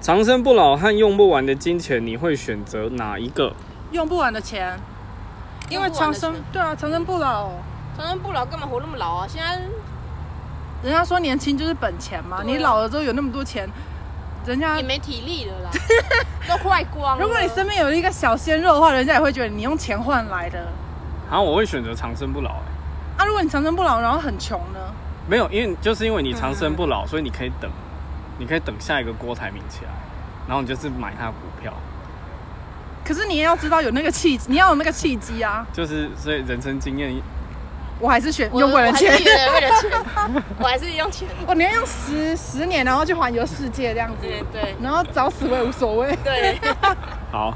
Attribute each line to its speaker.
Speaker 1: 长生不老和用不完的金钱，你会选择哪一个？
Speaker 2: 用不完的钱，因为长生
Speaker 3: 用不完的钱
Speaker 2: 对啊，长生不老。
Speaker 3: 长生不老干嘛活那么老啊？现在
Speaker 2: 人家说年轻就是本钱嘛，
Speaker 3: 对啊
Speaker 2: 你老了之后有那么多钱，人家
Speaker 3: 也没体力 了啦，都快光了。
Speaker 2: 如果你身边有一个小鲜肉的话，人家也会觉得你用钱换来的。
Speaker 1: 好像我会选择长生不老、欸。
Speaker 2: 啊，如果你长生不老，然后很穷呢？
Speaker 1: 没有，因为就是因为你长生不老，所以你可以等，你可以等下一个郭台铭起来，然后你就是买他的股票，
Speaker 2: 可是你也要知道有那个契， 你要有那个契机啊！
Speaker 1: 就是所以人生经验
Speaker 2: 我还是选
Speaker 3: 我
Speaker 2: 用不完的
Speaker 3: 我
Speaker 2: 钱
Speaker 3: 还，是为了钱，我还是用钱。
Speaker 2: 我宁愿用十十年，然后去环游世界这样子，
Speaker 3: 对对
Speaker 2: 然后早死我也无所谓。
Speaker 3: 对。
Speaker 1: 好。